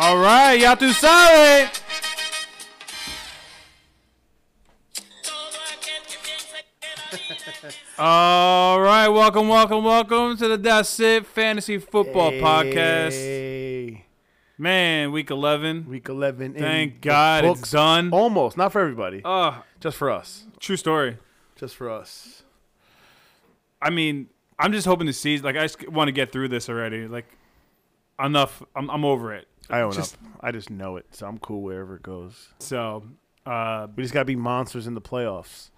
All right, y'all too solid. All right, welcome, welcome, welcome to the That's It Fantasy Football Podcast. Hey, Man, week 11. Week 11. in Thank the God it's books. Oh. done. Almost. Not for everybody. Oh, just for us. true story. Just for us. I mean, I'm just hoping to see. Like, I just want to get through this already. Like, enough. I'm, I'm over it. I own Just- up. I just know it. So I'm cool wherever it goes. So, uh, We just got to be monsters in the playoffs.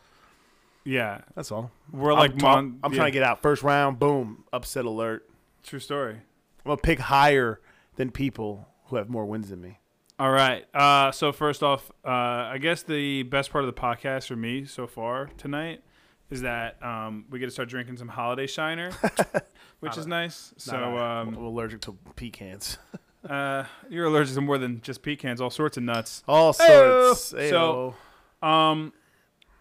yeah, That's all. we're like, I'm, try- mon- I'm yeah, trying to get out. First round, boom. Upset alert. True story. I'm going to pick higher than people who have more wins than me. All right. Uh, so first off, uh, I guess the best part of the podcast for me so far tonight is that um, we get to start drinking some holiday shiner, which is nice. So Not I. um, I'm allergic to pecans. uh, you're allergic to more than just pecans, all sorts of nuts. All Ayo. sorts. So- Ayo. Um,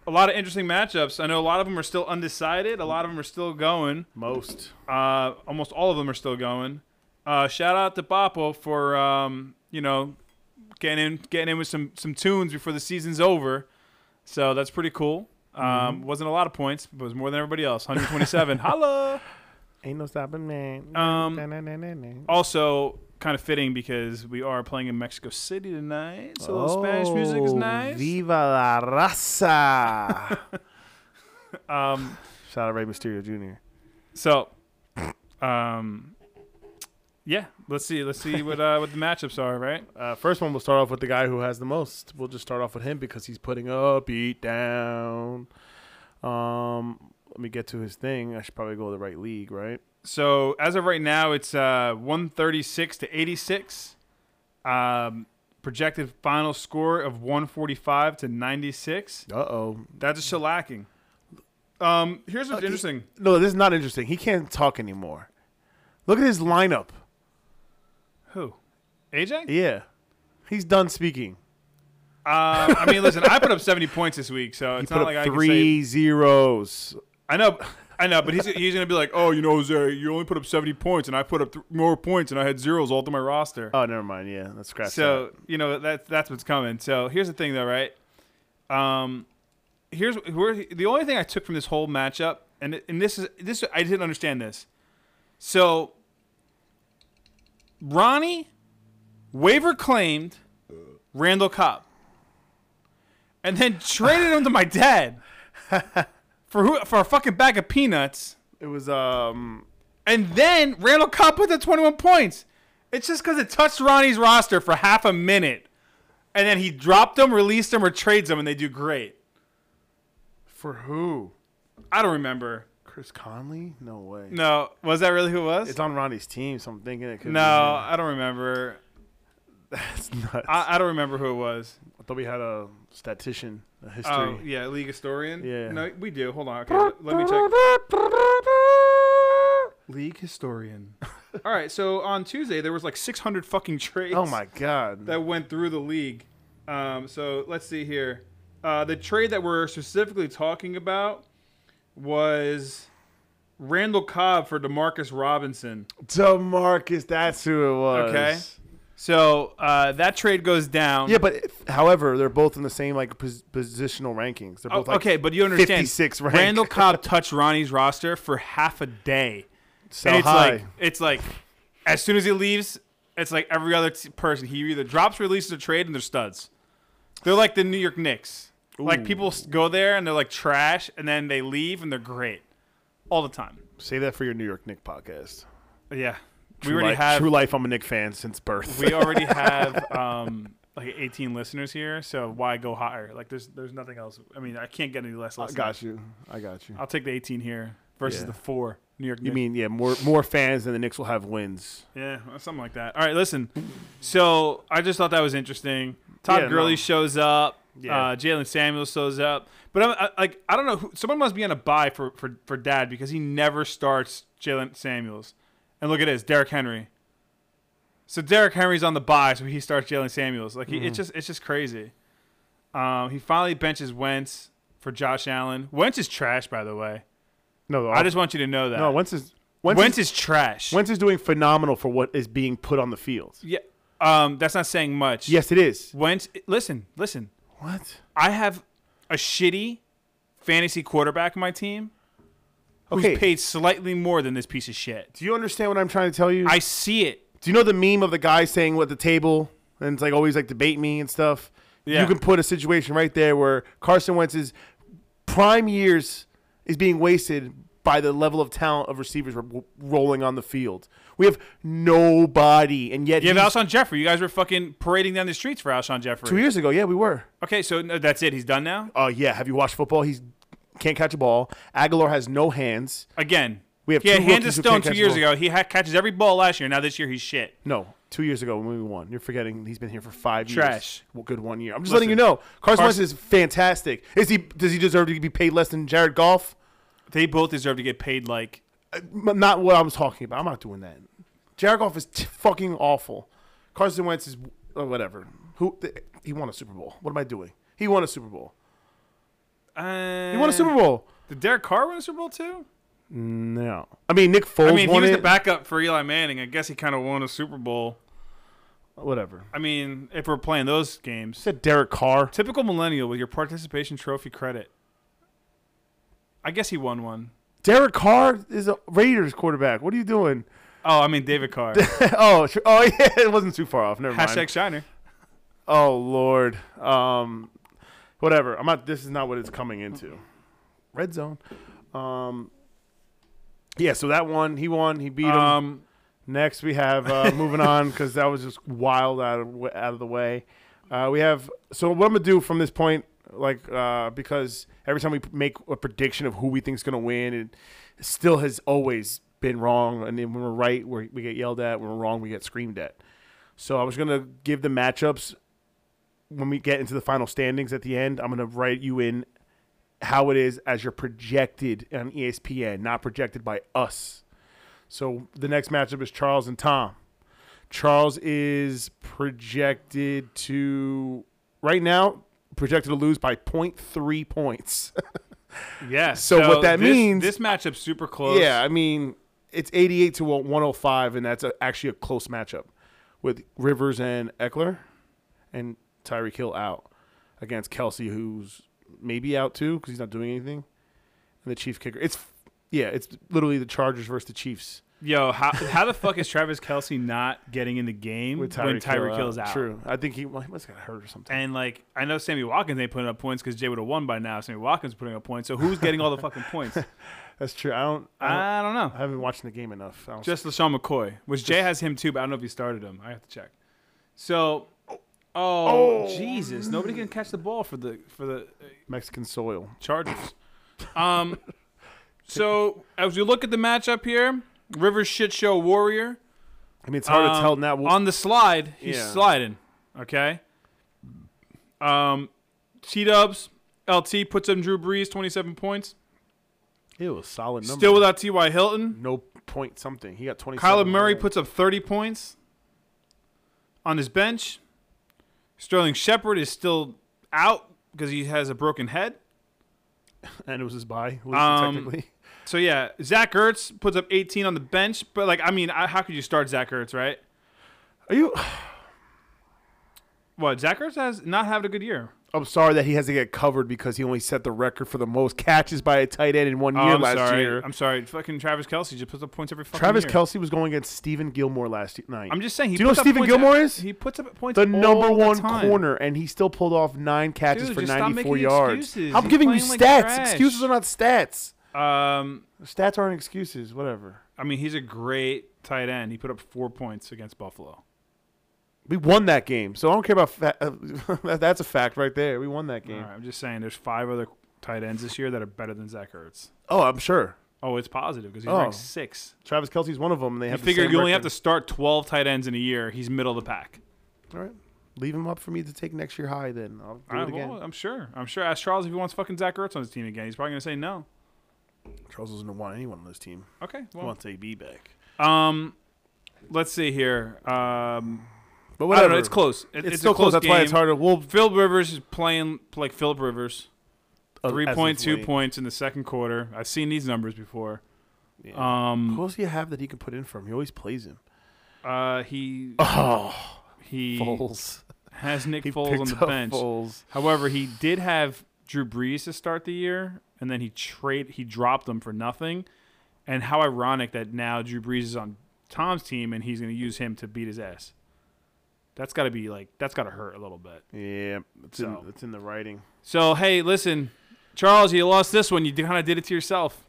a lot of interesting matchups. I know a lot of them are still undecided. A lot of them are still going. most. Uh, almost all of them are still going. Uh, shout out to Papo for um, you know getting in, getting in with some some tunes before the season's over. So that's pretty cool. Um, Wasn't a lot of points, but it was more than everybody else. 127. Holla. Ain't no stopping, man. Um, Na, na, na, na, na. Also, kind of fitting because we are playing in Mexico City tonight, so a little Spanish music is Oh, nice. Viva la raza. Um, Shout out Ray Mysterio Jr. so, um, yeah, let's see, let's see what uh, what the matchups are, right? Uh, first one, we'll start off with the guy who has the most. We'll just start off with him because he's putting up, beat down. Um, let me get to his thing. I should probably go to the right league, right? So as of right now, it's uh, 136 to 86. Um, projected final score of 145 to 96. Uh oh. That's a shellacking. Um, here's what's Okay. interesting. No, this is not interesting. He can't talk anymore. Look at his lineup. Who? AJ? Yeah, he's done speaking. Uh, I mean, listen, I put up 70 points this week, so He it's put not up like I can say. three zeros. I know, I know, but he's he's gonna be like, oh, you know, Jose, you only put up 70 points, and I put up th- more points, and I had zeros all through my roster. Oh, never mind. Yeah, that's scratch. that. So you know that's that's what's coming. So here's the thing, though, right? Um, here's where the only thing I took from this whole matchup, and and this is this I didn't understand this. So Ronnie waiver claimed Randall Cobb, and then traded him to my dad for who for a fucking bag of peanuts. it was um And then Randall Cobb put the 21 points. It's just because it touched Ronnie's roster for half a minute. And then he dropped them, released them, or trades them, and they do great. for who? I don't remember. Chris Conley? No way. No, was that really who it was? It's on Ronnie's team, so I'm thinking it could no, be. I don't remember. That's nuts. I, I, I don't remember who it was. thought we had a statistician, a history. Oh, yeah, League Historian? Yeah. No, we do. Hold on. Okay, let- let me check. League Historian. All right, so on Tuesday, there was like 600 fucking trades. Oh my god. that went through the league. Um, so let's see here. Uh, the trade that we're specifically talking about was Randall Cobb for Demarcus Robinson. DeMarcus, that's who it was. Okay. So uh, that trade goes down. Yeah, but if- however, they're both in the same like pos- positional rankings. They're Oh, both like okay, but you understand. 56 rank. Randall Cobb touched Ronnie's roster for half a day. so and it's high. like it's like as soon as he leaves, it's like every other t- person. He either drops, releases, or trade, and they're studs. They're like the New York Knicks. Like people s- go there and they're like trash, and then they leave and they're great all the time. Say that for your New York Nick podcast. Yeah, we True already life, have True Life. I'm a Nick fan since birth. we already have um, like 18 listeners here, so why go higher? Like there's there's nothing else. I mean, I can't get any less I listeners. got you. I got you. I'll take the 18 here versus Yeah. the four New York. You Knicks. mean yeah, more more fans than the Knicks will have wins. Yeah, something like that. All right, listen. So I just thought that was interesting. Todd Yeah, Gurley no. shows up. Yeah. Uh, Jalen Samuels shows up. But I'm I, like, I don't know. Who, someone must be on a buy for, for, for Dad because he never starts Jalen Samuels. And look at this, Derrick Henry. So Derrick Henry's on the buy, so he starts Jalen Samuels. Like he, Mm-hmm. it's just it's just crazy. Um, he finally benches Wentz for Josh Allen. Wentz is trash, by the way. No, I just want you to know that. no. Wentz is Wentz, is, trash. Wentz is doing phenomenal for what is being put on the field. Yeah. Um, that's not saying much. Yes, it is. Wentz. Listen, listen. What? I have a shitty fantasy quarterback in my team who's Okay. paid slightly more than this piece of shit. Do you understand what I'm trying to tell you? I see it. Do you know the meme of the guy saying what the table and it's like always like debate me and stuff? Yeah. You can put a situation right there where Carson Wentz's prime years is being wasted by the level of talent of receivers ro- rolling on the field. We have nobody, and yet You have he's- Alshon Jeffrey. You guys were fucking parading down the streets for Alshon Jeffrey. two years ago, yeah, we were. Okay, so no, that's it. He's done now. Oh yeah, have you watched football? He's can't catch a ball. Aguilar has no hands. Again, We have he had two hands of rookies who stone can't two catch years the ago. He ha- catches every ball last year. Now this year he's shit. No, two years ago when we won. You're forgetting he's been here for five Trash. years. Well, good one year. I'm just Listen, letting you know. Carson Wentz Carson- is fantastic. Is he? Does he deserve to be paid less than Jared Goff? They both deserve to get paid like M- Not what I was talking about. I'm not doing that. Jared Goff is t- fucking awful. Carson Wentz is oh, whatever. Who th- he won a Super Bowl? What am I doing? He won a Super Bowl. Uh, He won a Super Bowl. Did Derek Carr win a Super Bowl too? No, I mean Nick Foles I mean, he won was it. the backup for Eli Manning. I guess he kind of won a Super Bowl. whatever. I mean, if we're playing those games, Said Derek Carr. typical millennial with your participation trophy credit. I guess he won one. Derek Carr is a Raiders quarterback. What are you doing? Oh, I mean David Carr. oh, sure. oh yeah, it wasn't too far off. Never mind. Hashtag Shiner. Oh Lord. Um, whatever. I'm not. This is not what it's coming into. Red zone. Um. Yeah. So that one, he won. He beat him. Um, Next, we have uh, moving on because that was just wild out of w- out of the way. Uh, we have so what I'm gonna do from this point, like uh, because every time we p- make a prediction of who we think's gonna win, it still has always been wrong. And then when we're right, we're, we get yelled at. When we're wrong, we get screamed at. So I was gonna give the matchups when we get into the final standings at the end. I'm gonna write you in how it is as you're projected on E ESPN, not projected by us. So the next matchup is Charles and Tom. Charles is projected to right now projected to lose by 0.3 points. yeah. So what that this- means- this matchup's super close. yeah, I mean it's 88 to 105 and that's a, actually a close matchup with Rivers and Eckler and Tyreek Hill out against Kelsey who's maybe out too cuz he's not doing anything. And the Chief kicker. It's yeah, it's literally the Chargers versus the Chiefs. Yo, how, how the fuck is Travis Kelsey not getting in the game With when Tyreek Tyreek Hill's out? True. I think he, well, he must have got hurt or something. And like I know Sammy Watkins ain't putting up points because Jay would have won by now. Sammy Watkins putting up points. So who's getting all the fucking points? That's true. I don't. I, don't, I don't know. I haven't watched the game enough. I don't Just LaShawn McCoy, which Jay has him too, but I don't know if he started him. I have to check. So, oh, Oh. Jesus, nobody can catch the ball for the for the uh, Mexican soil. Chargers. um, so as we look at the matchup here, Rivers shit show warrior I mean, it's hard to Um, tell now. on the slide. He's Yeah. sliding. Okay. Um, T Dubs LT puts up Drew Brees twenty seven points. it was solid number. Still without T Y Hilton. no point something. He got twenty. Kyler Murray puts up 30 points on his bench. Sterling Shepard is still out because he has a broken head. and it was his bye. was Um, technically, So yeah, Zach Ertz puts up 18 on the bench, but like I mean, I, how could you start Zach Ertz, right? are you? What Zach Ertz has not had a good year. I'm sorry that he has to get covered because he only set the record for the most catches by a tight end in one Oh, year I'm last sorry. year. I'm sorry. Fucking Travis Kelsey just puts up points every fucking Travis year. Kelsey was going against Stephen Gilmore last night. I'm just saying. He Do you know puts up Stephen points- Gilmore is? He puts up points. the number all one the time. corner, and he still pulled off nine catches Dude, for just stop 94 making yards. excuses. I'm He's giving you playing like stats. trash. Excuses are not stats. Um, Stats aren't excuses. Whatever. I mean, he's a great tight end. He put up four points against Buffalo. We won that game, so I don't care about fa- that- that's a fact right there. We won that game. All right, I'm just saying there's five other tight ends this year that are better than Zach Ertz. Oh, I'm sure Oh, it's positive because he's Oh. ranked six. Travis Kelsey's one of them. And they You have the figure same you only have to record. start 12 tight ends in a year. He's middle of the pack. All right, leave him up for me to take next year high. Then I'll do I, it again. am sure. I'm sure. Ask Charles if he wants fucking Zach Ertz on his team again. He's probably going to say no. Charles doesn't want anyone on this team. Okay. He Well, wants AB back. um, let's see here. Um, But I whatever. don't know. It's close. It- It's, still a close. close. That's why it's game. harder. We'll Philip Rivers is playing like Philip Rivers. uh, as of 3.2 late. points in the second quarter. I've seen these numbers before. Yeah. Um, Who else do you have that he can put in for him? He always plays him. uh, he Oh, He Foles. has Nick He Foles on picked the up bench. Foles. However, he did have Drew Brees to start the year, and then he trade he dropped them for nothing. And how ironic that now Drew Brees is on Tom's team and he's going to use him to beat his ass. That's got to be like that's got to hurt a little bit. Yeah, it's So. in it's in the writing. So hey, listen, Charles, you lost this one. You kind of did it to yourself.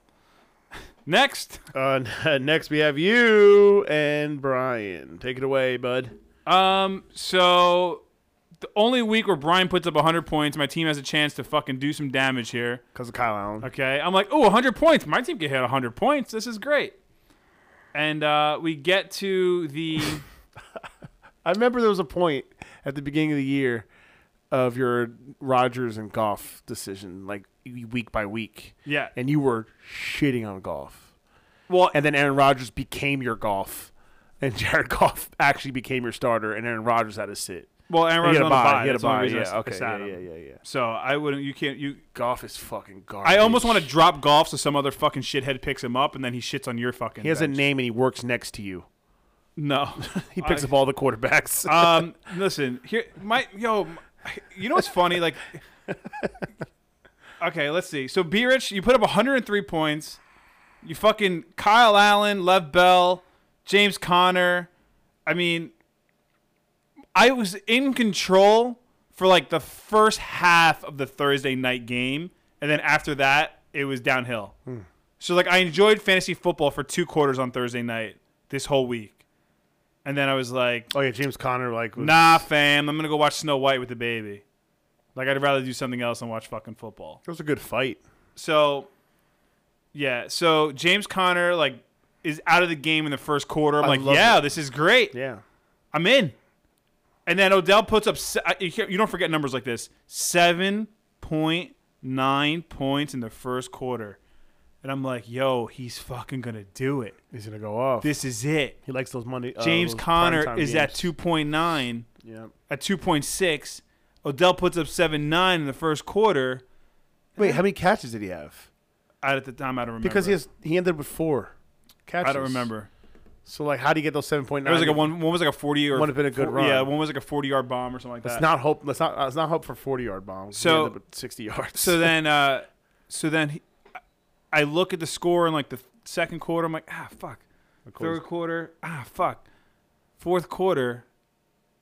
Next. Uh, next we have you and Brian. Take it away, bud. Um, so the only week where Brian puts up 100 points, my team has a chance to fucking do some damage here. Because of Kyle Allen. Okay. I'm like, oh, 100 points. My team can hit 100 points. This is great. And uh, we get to the. I remember there was a point at the beginning of the year of your Rodgers and golf decision, like week by week, yeah. and you were shitting on golf. Well, And then Aaron Rodgers became your golf, and Jared Goff actually became your starter, and Aaron Rodgers had to sit. well, Aaron Rodgers he had on a the bye. bye. He had a That's the only bye. reason I Yeah, s- I okay. sat Yeah, him. yeah, yeah, yeah. So I wouldn't. You can't. You. Golf is fucking garbage. I almost want to drop golf so some other fucking shithead picks him up and then he shits on your fucking. He has a bench. name and he works next to you. No. He picks I- up all the quarterbacks. um, listen, here, my yo, my- you know what's funny? Like, okay, let's see. So, B Rich, you put up 103 points. You fucking Kyle Allen, Lev Bell, James Conner. I mean, I was in control for like the first half of the Thursday night game, and then after that, it was downhill. So, like, I enjoyed fantasy football for two quarters on Thursday night this whole week, and then I was like, oh yeah, James Conner like was- Nah, fam. I'm gonna go watch Snow White with the baby. Like I'd rather do something else than watch fucking football. It was a good fight. So, yeah. So James Conner like is out of the game in the first quarter. I'm I like, love yeah, this is great. Yeah. I'm in. And then Odell puts up. se- I- You hear- you don't forget numbers like this. Seven point nine points in the first quarter, and I'm like, yo, he's fucking gonna do it. He's gonna go off. This is it. he likes those Monday. uh, James those Conner primetime is at games. two point nine. Yeah. at 2.6. Odell puts up 7.9 in the first quarter. Wait, how many catches did he have? I, at the time, I don't remember. Because he has he ended with four catches. I don't remember. So like, how do you get those seven point It nine? was like a one. One was like a 40 or Would have been a good four- Yeah, run. one was like a 40 yard bomb or something like Let's that. not hope. Let's not. Let's not hope for forty yard bombs. He So- ended with sixty yards. so then, uh, so then, he, I look at the score in like the second quarter. I'm like, ah, fuck. course. Third quarter, ah, fuck. Fourth quarter,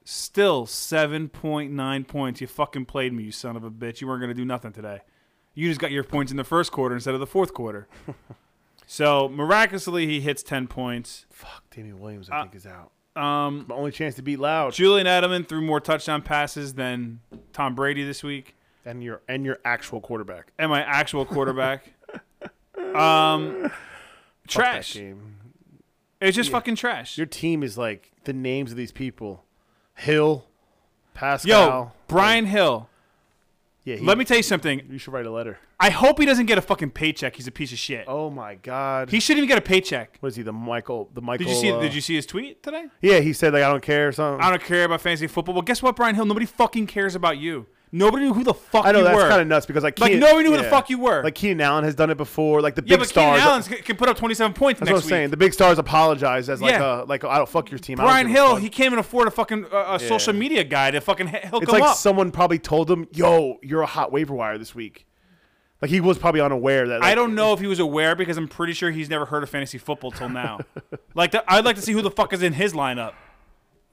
still 7.9 points. You fucking played me, you son of a bitch. You weren't going to do nothing today. You just got your points in the first quarter instead of the fourth quarter. so miraculously, he hits 10 points. fuck, Damian Williams, I Uh, think is out. Um, My only chance to beat Loud. Julian Edelman threw more touchdown passes than Tom Brady this week. and your and your actual quarterback. And my actual quarterback. um, Fuck that trash. game. It's just fucking trash. Your team is like the names of these people: Yo, Hill, Pascal, Brian Hill. Yeah, he, Let me tell you something. You should write a letter. I hope he doesn't get a fucking paycheck. He's a piece of shit. Oh my God. He shouldn't even get a paycheck. what is he? The Michael. The Michael. Did you see? uh, Did you see his tweet today? Yeah, he said like I don't care or something. I don't care about fantasy football. Well, guess what, Brian Hill? Nobody fucking cares about you. Nobody knew who the fuck I know you that's were. kind of nuts because like Like, Keenan- nobody knew who the yeah. fuck you were. Like Keenan Allen has done it before. Like the yeah, big but stars. Keenan Allen can put up 27 points that's next what I'm week. saying. The big stars apologize as like Yeah. uh, like I don't fuck your team. I don't Brian give a Hill, fuck. he can't even afford a fucking uh, a social media guy to fucking he- hook it's him like up. someone probably told him, "Yo, you're a hot waiver wire this week." Like he was probably unaware that. I like, don't know if he was aware because I'm pretty sure he's never heard of fantasy football till now. like, the, I'd like to see who the fuck is in his lineup.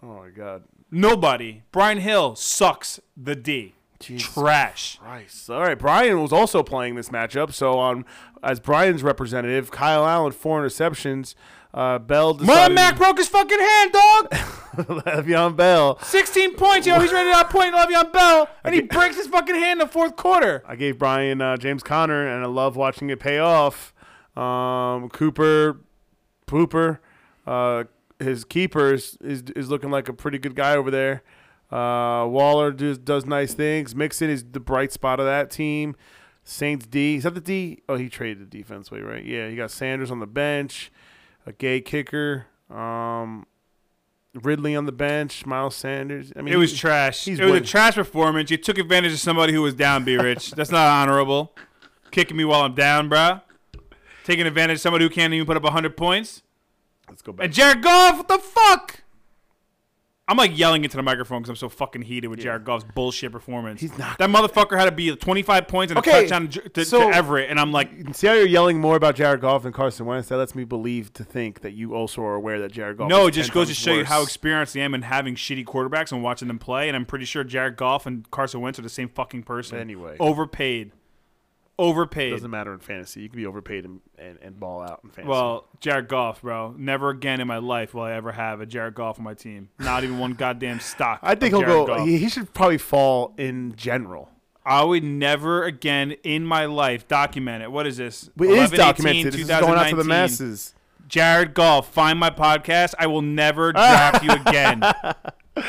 Oh my god. Nobody. Brian Hill sucks the D. Trash. Christ. All right, Brian was also playing this matchup. So on as Brian's representative, Kyle Allen four interceptions. Uh, Bell Marlon decided Mack broke his fucking hand, dog. Le'Veon Bell. 16 points, yo. He's ready to outpoint Le'Veon Bell, and he breaks his fucking hand in the fourth quarter. I gave Brian uh, James Conner, and I love watching it pay off. Um, Cooper, Pooper, uh, his keeper is, is is looking like a pretty good guy over there. Uh, Waller does, does nice things. Mixon is the bright spot of that team. Saints D. Is that the D? Oh, he traded the defense way, right? Yeah, you got Sanders on the bench, a gay kicker, um, Ridley on the bench, Miles Sanders. I mean, It was he- trash. he's It was a winning. trash performance. You took advantage of somebody who was down, B Rich. That's not honorable. Kicking me while I'm down, bruh. Taking advantage of somebody who can't even put up 100 points. Let's go back. And Jared Goff, what the fuck? I'm like yelling into the microphone because I'm so fucking heated with Yeah. Jared Goff's bullshit performance. He's not- That motherfucker had to be 25 points and Okay, a touchdown to, to, so- to Everett, and I'm like, You can see how you're yelling more about Jared Goff than Carson Wentz. That lets me believe to think that you also are aware that Jared Goff. no, is it just 10 goes to times show you how worse. experienced I am in having shitty quarterbacks and watching them play. And I'm pretty sure Jared Goff and Carson Wentz are the same fucking person. Anyway. overpaid, it overpaid. doesn't matter in fantasy. You can be overpaid and, and, and ball out in fantasy. well, Jared Goff, bro. Never again in my life will I ever have a Jared Goff on my team. Not even one goddamn stock. I think of he'll Jared go. Goff. He, he should probably fall in general. I would never again in my life document it. What is this? But it is 11/18, documented. This is going out to the 2019. masses. Jared Goff, find my podcast. I will never draft you again. Oh.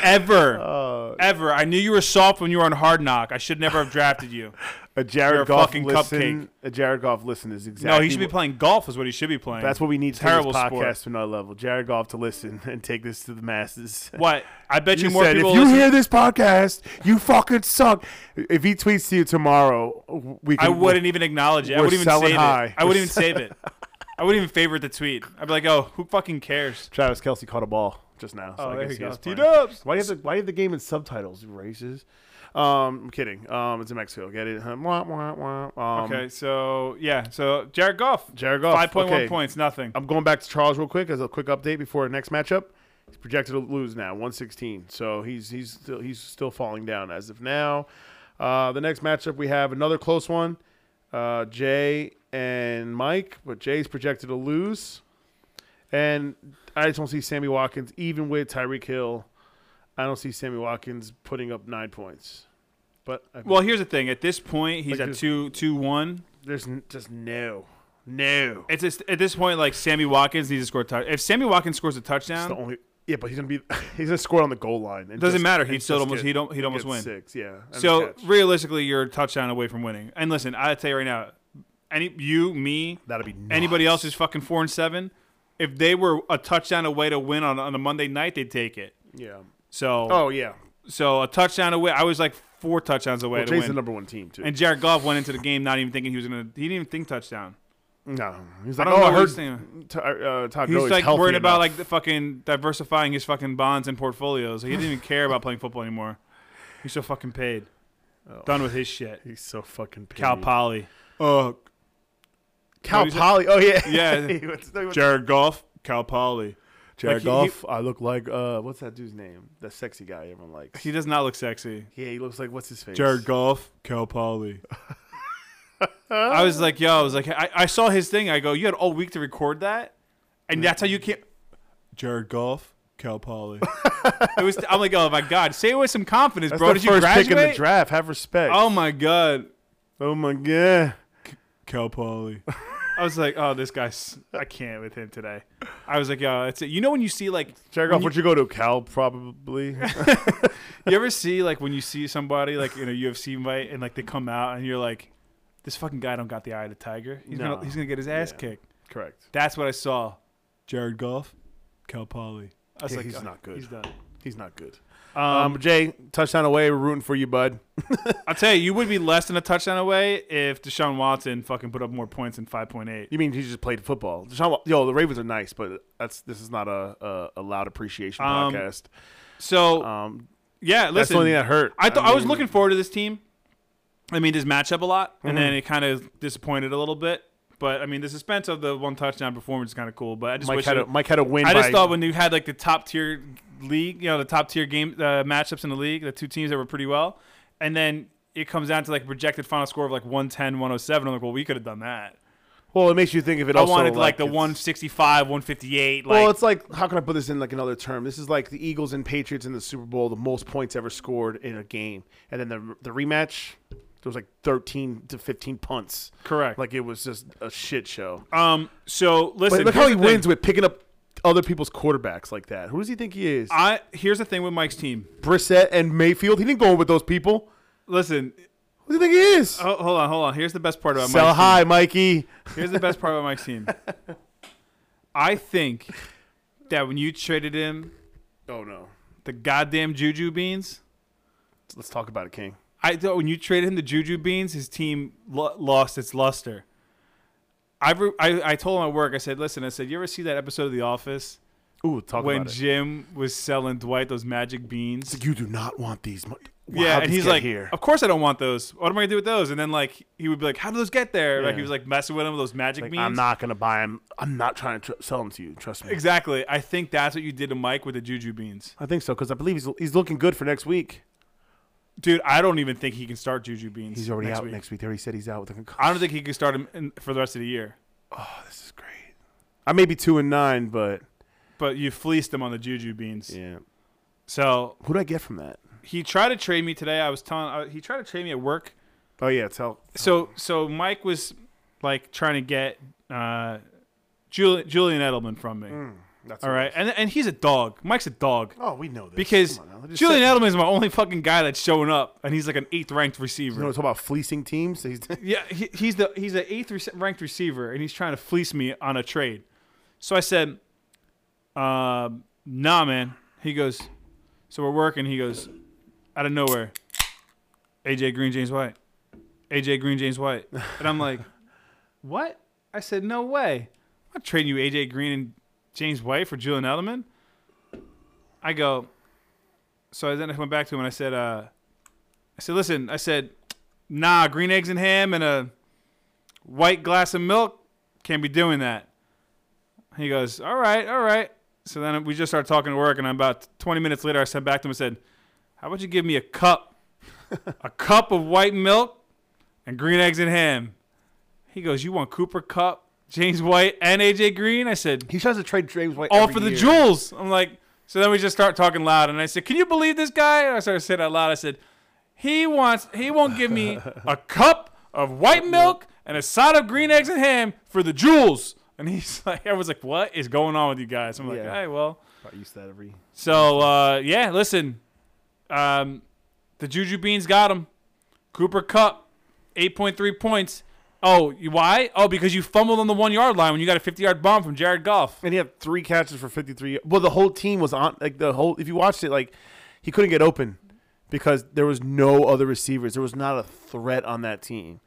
Ever. Ever. I knew you were soft when you were on Hard Knock. I should never have drafted you. A You're Jared a Goff fucking listen. cupcake. A Jared Goff listen is exactly. No, he should be what- playing golf is what he should be playing. That's what we need to Terrible take this sport. podcast to another level. Jared Goff to listen and take this to the masses. What? I bet you, You more said, if people you listen- hear this podcast, you fucking suck. If he tweets to you tomorrow, we can. I wouldn't even acknowledge it. I we're wouldn't even selling save it. high. I wouldn't We're even save it. I wouldn't even favorite the tweet. I'd be like, oh, who fucking cares? Travis Kelsey caught a ball just now. So Oh, I there you guess he go. is playing. T-dubs. Why do you have the Why do you have the game in subtitles? You Races. Um, I'm kidding. Um, it's in Mexico. Get it? Huh? Wah, wah, wah. Um, Okay, so yeah, so Jared Goff, Jared Goff. five point one Oh, okay. points, nothing. I'm going back to Charles real quick as a quick update before the next matchup. He's projected to lose now, 116. So he's he's still he's still falling down as of now. Uh, the next matchup we have another close one, uh, Jay and Mike, but Jay's projected to lose, and I just don't see Sammy Watkins even with Tyreek Hill. I don't see Sammy Watkins putting up nine points. But uh, I, Well, here's the thing. At this point, he's Like at this- two two one. there's n- just no, no. It's just, at this point like Sammy Watkins needs to score a touch. If Sammy Watkins scores a It's touchdown, the only. Yeah, but he's gonna be. He's gonna score on the goal line. It doesn't matter. He'd and still just almost get- he'd, al- he'd almost get win. Six, yeah. and a So catch. realistically, you're a touchdown away from winning. And listen, I tell you right now, any you, me, that'll be anybody else who's fucking four and seven, if they were a touchdown away to win on, on a Monday night, they'd take it. Yeah. So Oh yeah. so a touchdown away. I was like four touchdowns away Well, to Jay's the win. number one team too. And Jared Goff went into the game not even thinking he was gonna. He didn't even think touchdown. no, he's I like, don't oh, know I what heard he's thinking. Ty- uh, Todd He's Gurley's like healthy worried about enough. like the fucking diversifying his fucking bonds and portfolios. Like, he didn't even care about playing football anymore. He's so fucking paid. Oh. Done with his shit. He's so fucking. Pity. Cal Poly. Uh, Cal he's a- Poly. Oh yeah. Yeah. He went- no, he went- Jared Goff. Cal Poly. Jared like, he- Goff. I look like uh, what's that dude's name? That sexy guy everyone likes. He does not look sexy. yeah, he looks like what's his face? Goff. Cal Poly. I was like, yo, I was like, I, I saw his thing. I go, you had all week to record that, and that's how you can't. Jared Goff. Cal Poly. it was. I'm like, oh my god, say it with some confidence, That's bro. the Did you first graduate? pick in the draft. Have respect. Oh my god. oh my god. Cal Poly. I was like, oh, this guy's. I can't with him today. I was like, yo, that's it. You know when you see like, Jared Goff, would you go to Cal probably? you ever see like when you see somebody like in a UFC fight and like they come out and you're like, this fucking guy don't got the eye of the tiger. He's No. gonna he's gonna get his ass Yeah. kicked. Correct. That's what I saw. Jared Goff, Cal Poly. I was Yeah, like, he's oh, not good. He's done. He's not good. Um, Um, Jay, touchdown away. We're rooting for you, bud. I'll tell you, you would be less than a touchdown away if Deshaun Watson fucking put up more points than five point eight. You mean he just played football? Deshaun, Wa- yo, the Ravens are nice, but that's this is not a a, a loud appreciation Um, podcast. So Um, yeah, listen. that's the only thing that hurt. I thought I, was mean, looking forward to this team. I mean, this matchup a lot, and Mm-hmm. then it kind of disappointed a little bit. But I mean, the suspense of the one touchdown performance is kind of cool. But I just Mike wish had it- a, Mike had a win. I just by- thought when you had like the top tier league, you know, the top tier game uh, matchups in the league, the two teams that were pretty well, and then it comes down to like a projected final score of like 110, 107. I'm like, well, we could have done that. well, it makes you think if it. I also, wanted like, the it's- 165, 158. Like, Well, it's like how can I put this in like another term? This is like the Eagles and Patriots in the Super Bowl, the most points ever scored in a game, and then the the rematch. There was like thirteen to fifteen punts. correct. Like, Like it was just a shit show. um, so listen, But look how here's he the thing. wins with picking up other people's quarterbacks like that. Who does he think he is? I here's the thing with Mike's team. Brissett and Mayfield. He didn't go in with those people. Listen, Who do you think he is? ho- Oh, hold on, hold on. Here's the best part about Sell Mike's team. high, Uh, Mikey. Here's the best part about Mike's team. I think that when you traded him Oh no. the goddamn Juju beans, Let's talk about it, King. I thought when you traded him the Juju beans, his team lo- lost its luster. I, re- I I told him at work. I said, listen. I said, you ever see that episode of The Office Ooh, talk when about it. Jim was selling Dwight those magic beans. you do not want these. Mu- yeah, How'd and these he's get like, here. "Of course I don't want those. What am I gonna do with those?" And then like he would be like, "How do those get there?" Like Yeah. he was like messing with them with those magic Like, beans. I'm not gonna buy them. I'm not trying to tr- sell them to you. Trust me. exactly. I think that's what you did to Mike with the juju beans, I think so because I believe he's he's looking good for next week. dude. I don't even think he can start juju beans. He's already next out week. next week. They already said he's out with a concussion. I don't think he can start him in, for the rest of the year. Oh, this is great. I may be two and nine, but But you fleeced him on the juju beans. yeah. So Who do I get from that? he tried to trade me today. I was telling uh, he tried to trade me at work. Oh yeah, tell. So so Mike was like trying to get uh, Jul- Julian Edelman from me. Mm. That's All right, and and he's a dog. Mike's a dog Oh, we know this because Come on now. Just Julian say- Edelman is my only fucking guy that's showing up, and he's like an eighth ranked receiver. You know, talk about fleecing teams. He's Yeah, he, he's the he's an eighth rec- ranked receiver, and he's trying to fleece me on a trade. So I said, um, "Nah, man." He goes, "So we're working." He goes, out of nowhere, AJ Green, James White, AJ Green, James White, and I'm like, "What?" I said, "No way! I'm not trading you AJ Green and James White for Julian Edelman." I go. So then I went back to him and I said, uh, "I said, listen, I said." nah, green eggs and ham and a white glass of milk can't be doing that. He goes, all right, all right. So then we just started talking to work, and about 20 minutes later, I sent back to him and said, how about you give me a cup, a cup of white milk and green eggs and ham? He goes, you want Cooper Cup, James White, and AJ Green? I said, he tries to trade James White all every for the year. jewels. I'm like, so then we just start talking loud, and I said, "Can you believe this guy?" And I started saying out loud. I said, "He wants, he won't give me a cup of white milk and a side of green eggs and ham for the jewels." And he's like, "I was like, what is going on with you guys?" I'm like, Yeah. "Hey, well, I use that every. so uh, yeah, listen, um, the Juju Beans got him. Cooper Cup, eight point three points. Oh, you- why? Oh, because you fumbled on the one yard line when you got a fifty yard bomb from Jared Goff." And he had three catches for 53. Well, the whole team was on like the whole. If you watched it, like he couldn't get open because there was no other receivers. There was not a threat on that team.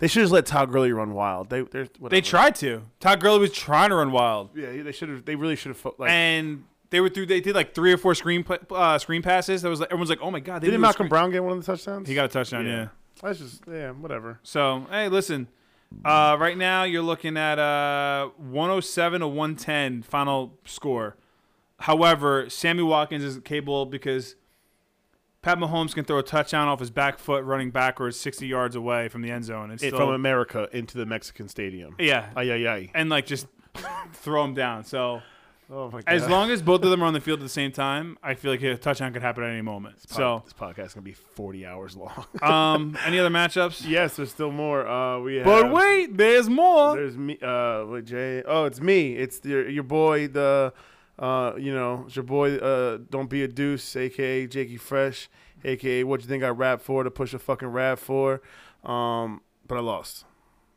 They should have let Todd Gurley run wild. They they're- They whatever. tried to. Todd Gurley was trying to run wild, Yeah, they should have. They really should have. fo- Like and they were through. They did like three or four screen pla- uh, screen passes. That was like everyone's like, "Oh my god!" They didn't blew a Malcolm screen- Brown get one of the touchdowns? He got a touchdown. Yeah. Yeah. That's just yeah, whatever. So hey, listen. Uh, right now you're looking at uh 107 to 110 final score. However, Sammy Watkins is capable because Pat Mahomes can throw a touchdown off his back foot running backwards 60 yards away from the end zone. It's It, still, from America into the Mexican stadium. yeah, Ay ay ay. and like just throw him down. So. Oh my god. As long as both of them are on the field at the same time, I feel like a touchdown could happen at any moment. So, this podcast is gonna be 40 hours long. um, any other matchups? yes, there's still more. Uh, we have. But wait, there's more. There's me. Uh, wait, Jay. Oh, it's me. It's your your boy. The, uh, you know, it's your boy. Uh, don't be a deuce, aka Jakey Fresh, aka what you think I rap for to push a fucking rap for. Um, but I lost.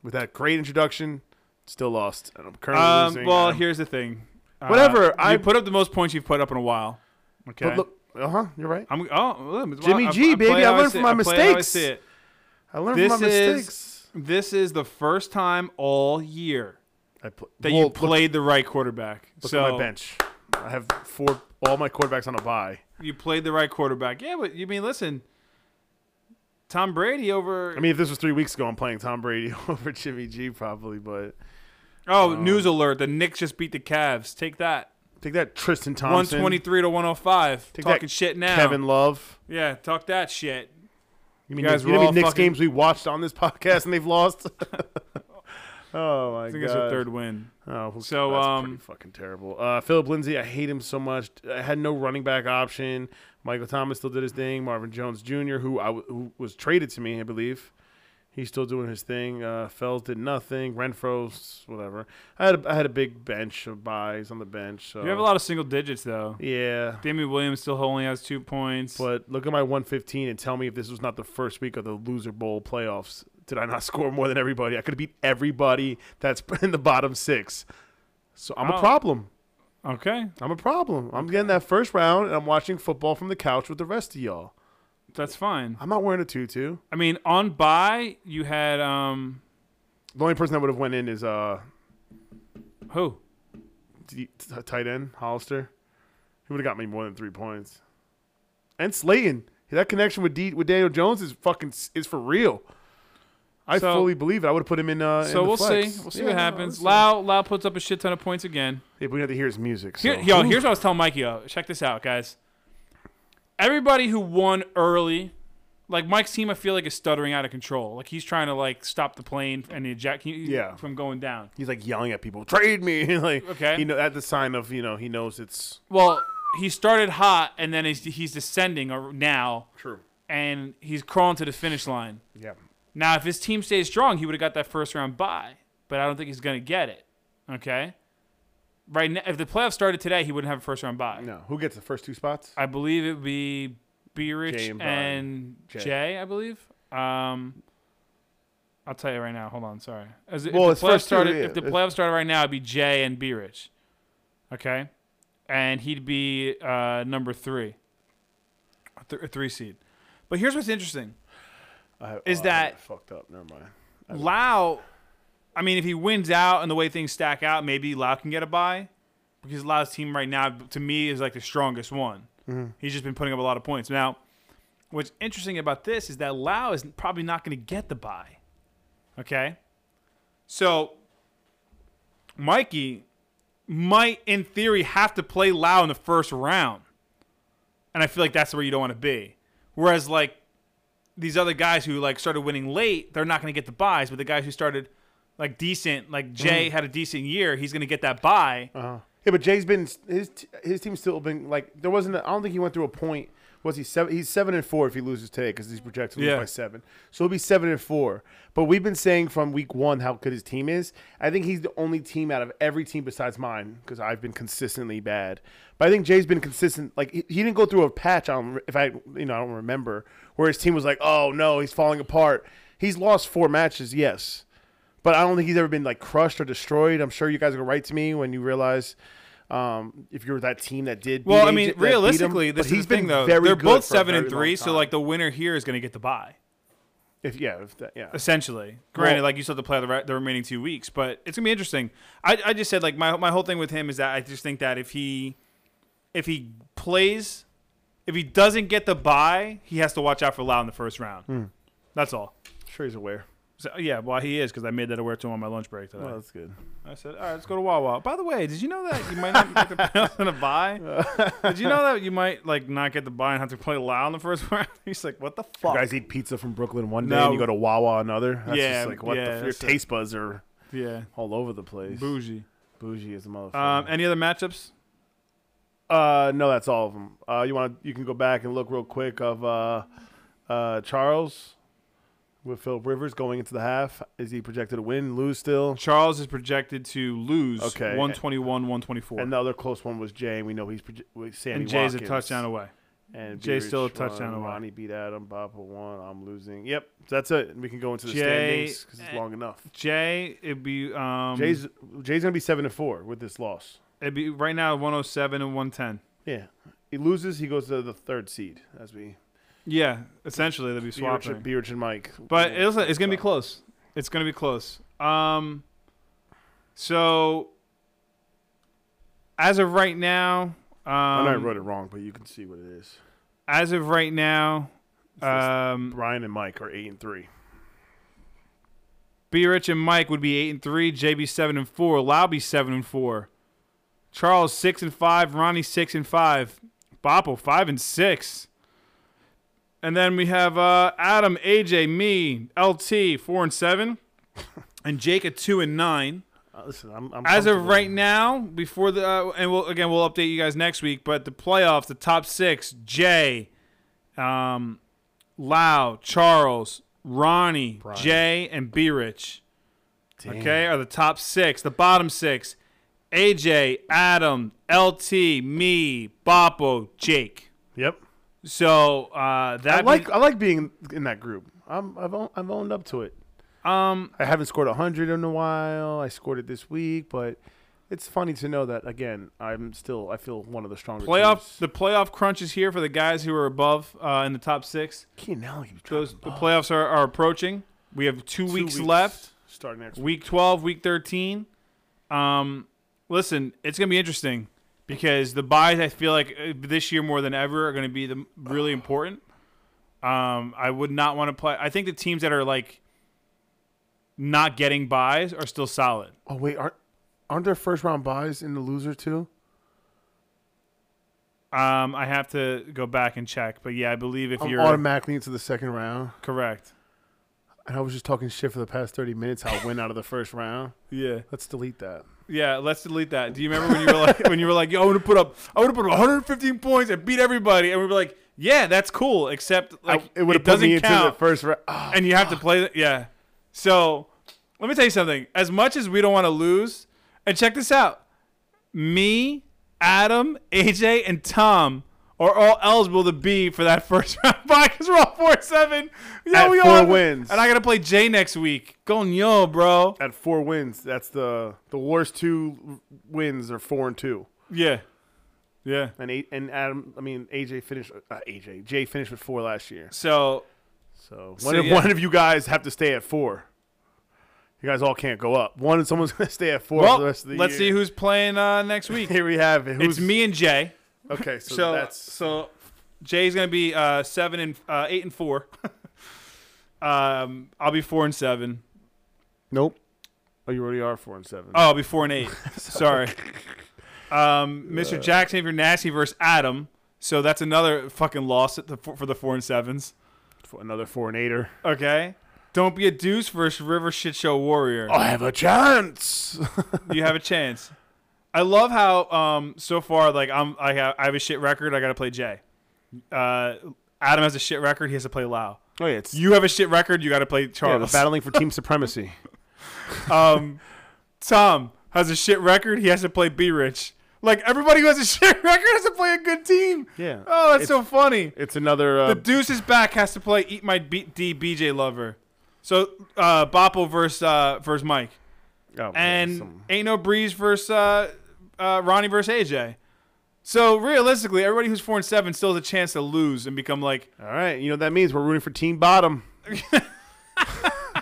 With that great introduction, still lost, and I'm currently Um, losing. well, I'm- here's the thing. Uh, Whatever, I- you put up the most points you've put up in a while. Okay. But look. Uh huh. You're right. I'm, oh, look, Jimmy I- G, I play baby, how I learned see from it. my I play how I mistakes. see it. I learned this from my is- mistakes. This is the first time all year I pl- that well, you played the right quarterback. Look, look so at my bench. I have four. All my quarterbacks on a bye. you played the right quarterback. Yeah, but you mean listen, Tom Brady over. I mean, if this was three weeks ago, I'm playing Tom Brady over Jimmy G probably, but oh, news alert! The Knicks just beat the Cavs. Take that. take that Tristan Thompson, 123 to 105. Take that, talking shit now. Kevin Love. Yeah, talk that shit. You mean, guys Knicks- were you know how all many Knicks fucking- games we watched on this podcast and they've lost? oh my I think god! it's their third win. Oh, well, So, that's um, pretty fucking terrible. Uh, Philip Lindsay, I hate him so much. I had no running back option. Michael Thomas still did his thing. Marvin Jones Jr., who I w- who was traded to me, I believe, he's still doing his thing. Uh, Fells did nothing. Renfro's whatever. I had a, I had a big bench of buys on the bench. So. You have a lot of single digits though. Yeah. Damian Williams still only has two points. But look at my 115 and tell me if this was not the first week of the loser bowl playoffs. Did I not score more than everybody? I could have beat everybody that's in the bottom six. So I'm Wow. a problem. okay, I'm a problem. I'm getting that first round and I'm watching football from the couch with the rest of y'all. that's fine. I'm not wearing a tutu. I mean, on by you had um The only person that would have went in is uh who? D- t- tight end Hollister. He would have got me more than three points. And Slayton, that connection with D- with Daniel Jones is fucking s- is for real. I So- fully believe it. I would have put him in. Uh, in So the we'll flex. see. We'll see Yeah, what no, happens. listen. Lau Lau puts up a shit ton of points again. Yeah, but we have to hear his music. So. Here, yo, here's what I was telling Mikey. Yo, check this out, guys. Everybody who won early, like Mike's team, I feel like is stuttering out of control. Like he's trying to like stop the plane and the eject he- Yeah. from going down. he's like yelling at people, "Trade me!" like, Okay. he know at the sign of you know he knows it's Well, he started hot and then he's he's descending or- now true. and he's crawling to the finish line. Yeah, Now, if his team stays strong, he would have got that first round bye, but I don't think he's going to get it. Okay. Right now, if the playoffs started today, he wouldn't have a first round bye. no. Who gets the first two spots? I believe it would be Jay Beerich and, and Brian. Jay. Jay. I believe. Um, I'll tell you right now. Hold on. Sorry. As, Well, if it's the playoffs first two, started, yeah. if the It's- playoffs started right now, it'd be Jay and Beerich. Okay, and he'd be uh, number three, a, th- a three seed. But here's what's interesting. I, oh, Is I that- fucked up? Never mind. Lau, I mean, if he wins out and the way things stack out, maybe Lau can get a bye because Lau's team right now, to me, is like the strongest one. He's just been putting up a lot of points. Now, what's interesting about this is that Lau is probably not going to get the bye. Okay? So, Mikey might, in theory, have to play Lau in the first round. And I feel like that's where you don't want to be. Whereas, like, these other guys who like started winning late, they're not going to get the buys. But the guys who started like decent, like Jay Mm. had a decent year, he's going to get that buy. Uh-huh. Yeah, but Jay's been his t- his team's still been like there wasn't. I I don't think he went through a point. Was he seven? He's seven and four if he loses today because he's projected to lose Yeah. by seven. So he'll be seven and four. But we've been saying from week one how good his team is. I think he's the only team out of every team besides mine because I've been consistently bad. But I think Jay's been consistent. Like he, he didn't go through a patch. on if I you know I don't remember where his team was like oh no he's falling apart. He's lost four matches. Yes but I don't think he's ever been like crushed or destroyed. I'm sure you guys will write to me when you realize um, if you're that team that did. Well, beat I mean, Agent- that beat him. realistically, But this he's is the thing been though. very They're good both for a seven and very three, long so time. like the winner here is going to get the buy. if yeah, if that, yeah, essentially. Granted, Well- like you still have to play the, re- the remaining two weeks, but it's gonna be interesting. I, I just said like my my whole thing with him is that I just think that if he if he plays, if he doesn't get the buy, he has to watch out for Lau in the first round. Hmm. That's all. sure he's aware. So, yeah, well he is because I made that aware to him on my lunch break today. Well, that's good. I said, all right, let's go to Wawa. By the way, did you know that you might not get the playoffs in a buy? did you know that you might like not get the buy and have to play Lau in the first round? He's like, what the You fuck? guys eat pizza from Brooklyn one day, No. and you go to Wawa another. That's Yeah, just like what yeah, the, your that's it. taste buds are yeah, all over the place. bougie. Bougie is a Um, motherfucker. any other matchups? uh, no, that's all of them. Uh, you want you can go back and look real quick of uh, uh, Charles with Philip Rivers going into the half. Is he projected to win, lose still? Charles is projected to lose Okay. 121, 124. And And, the other close one was Jay. and We know he's proje- with Sammy Jay's Watkins. a touchdown away. And Jay's Beerich still a won. touchdown away. Ronnie beat Adam. Bob won. I'm losing. Yep, that's it. We can go into the Jay- standings because it's long enough. Jay, it'd be, um, Jay's Jay's gonna be seven and four with this loss. it'd be right now 107 and 110. Yeah, he loses. He goes to the third seed as we Yeah, essentially, they'd be Beerich, swapping. and- Beerich and Mike. but will it's, it's going to be stop. close. It's going to be close. Um, so, as of right now, I know I um, wrote it wrong, but you can see what it is. as of right now, It's listed. um, Brian and Mike are eight and three. B. Rich and Mike would be eight and three. JB seven and four. Lobby seven and four. Charles six and five. Ronnie six and five. Bopple five and six. And then we have uh, Adam, AJ, me, LT four and seven, and Jake at two and nine. Uh, listen, I'm, I'm As of comfortable. right now, before the uh, and we'll again we'll update you guys next week. But the playoffs, the top six: Jay, um, Lau, Charles, Ronnie, Brian. Jay, and B. Rich. Damn. Okay, are the top six. The bottom six AJ, Adam, LT, me, Boppo, Jake. Yep. So uh, that I like I like being in that group. I'm I've own, I've owned up to it. um I haven't scored 100 in a while. I scored it this week, but it's funny to know that again. I'm still I feel one of the stronger playoff. Teams. The playoff crunch is here for the guys who are above uh, in the top six. Keenan Allen keeps Those dropping the balls. playoffs are, are approaching. We have two, Two weeks left. Starting next week. Week twelve, week thirteen. Um, listen, it's gonna be interesting because the buys I feel like uh, this year more than ever are gonna be the really important. Um, I would not want to play. I think the teams that are like not getting buys are still solid. Oh wait, aren't aren't there first round buys in the loser too? Um, I have to go back and check, but yeah, I believe if I'm you're automatically into the second round. correct, And I was just talking shit for the past thirty minutes. How I went out of the first round. yeah, Let's delete that. yeah. Let's delete that. Do you remember when you were like when you were like, "Yo, I want to put up, I want to put up 115 points and beat everybody," and we were like, "Yeah, that's cool," except like I- it would have put doesn't me into count. the first round. Ah, and you have to play it. Yeah. So let me tell you something. As much as we don't want to lose, and check this out, me, Adam, AJ, and Tom are all eligible to be for that first round bye because we're all four seven. Yeah, At we four all have- wins. And I gotta play Jay next week. Coño, bro. at four wins, that's the the worst two wins are four and two. Yeah. Yeah. And eight, and Adam, I mean AJ finished. Uh, AJ Jay finished with four last year. So So one, So, of, yeah. one of you guys have to stay at four. You guys all can't go up. One, someone's going to stay at four well, for the rest of the let's see year. who's playing uh, next week. Here we have it. Who's, it's me and Jay. Okay, so, So that's so Jay's gonna be uh, seven and uh, eight and four. um, I'll be four and seven. nope. Oh, you already are four and seven. Oh, I'll be four and eight. Sorry. Um, Mr. Uh. Jackson, if you're nasty versus Adam, so that's another fucking loss at the, for, for the four and sevens. For Another four and eighter. Okay. Don't be a deuce versus River Shit Show Warrior. I have a chance. You have a chance. I love how um, so far like I'm I have, I have a shit record. I got to play Jay. Uh, Adam has a shit record. He has to play Lau. oh yeah, it's You have a shit record. You got to play yeah, Charles. the battling for team supremacy. um, Tom has a shit record. He has to play B Rich. Like everybody who has a shit record has to play a good team. Yeah. Oh, that's It's- so funny. It's another. Uh, The Deuce is back has to play Eat My B- D BJ Lover. So uh, Bopple versus uh, versus Mike, oh, yeah, and some- Ain't No Breeze versus uh, uh, Ronnie versus AJ. So realistically, everybody who's four and seven still has a chance to lose and become like all right, you know what that means we're rooting for team bottom.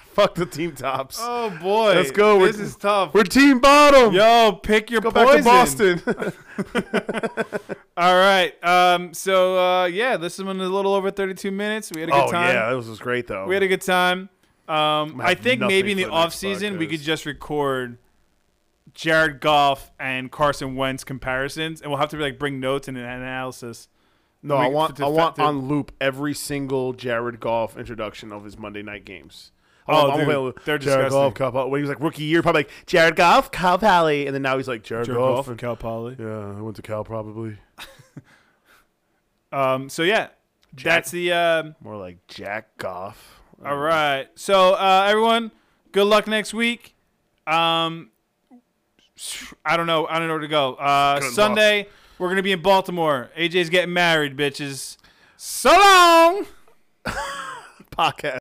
Fuck the team tops. Oh boy, Let's go. This We're- is tough. we're team bottom. Yo, pick your Go poison. back to Boston. All right. Um, so uh, yeah, this is one a little over 32 minutes. We had a good oh time. yeah, this was great though. We had a good time. Um, gonna I have think nothing maybe in for the the next off season we podcast. could just record Jared Goff and Carson Wentz comparisons, and we'll have to like bring notes and an analysis. No, We- I want to I want effective- on loop every single Jared Goff introduction of his Monday night games. I Oh, want- I want dude, Bill- they're Jared disgusting. Goff, Cal Poly. When he was like rookie year, probably like Jared Goff, Cal Poly, and then now he's like Jared, Goff. and- Cal Poly. yeah, I went to Cal probably. Um, so yeah, that's the. Um, More like Jack Goff. all right. So uh, everyone, good luck next week. Um, I don't know. I don't know where to go. Uh, Good luck. Sunday we're gonna be in Baltimore. AJ's getting married, bitches. So long. Podcast.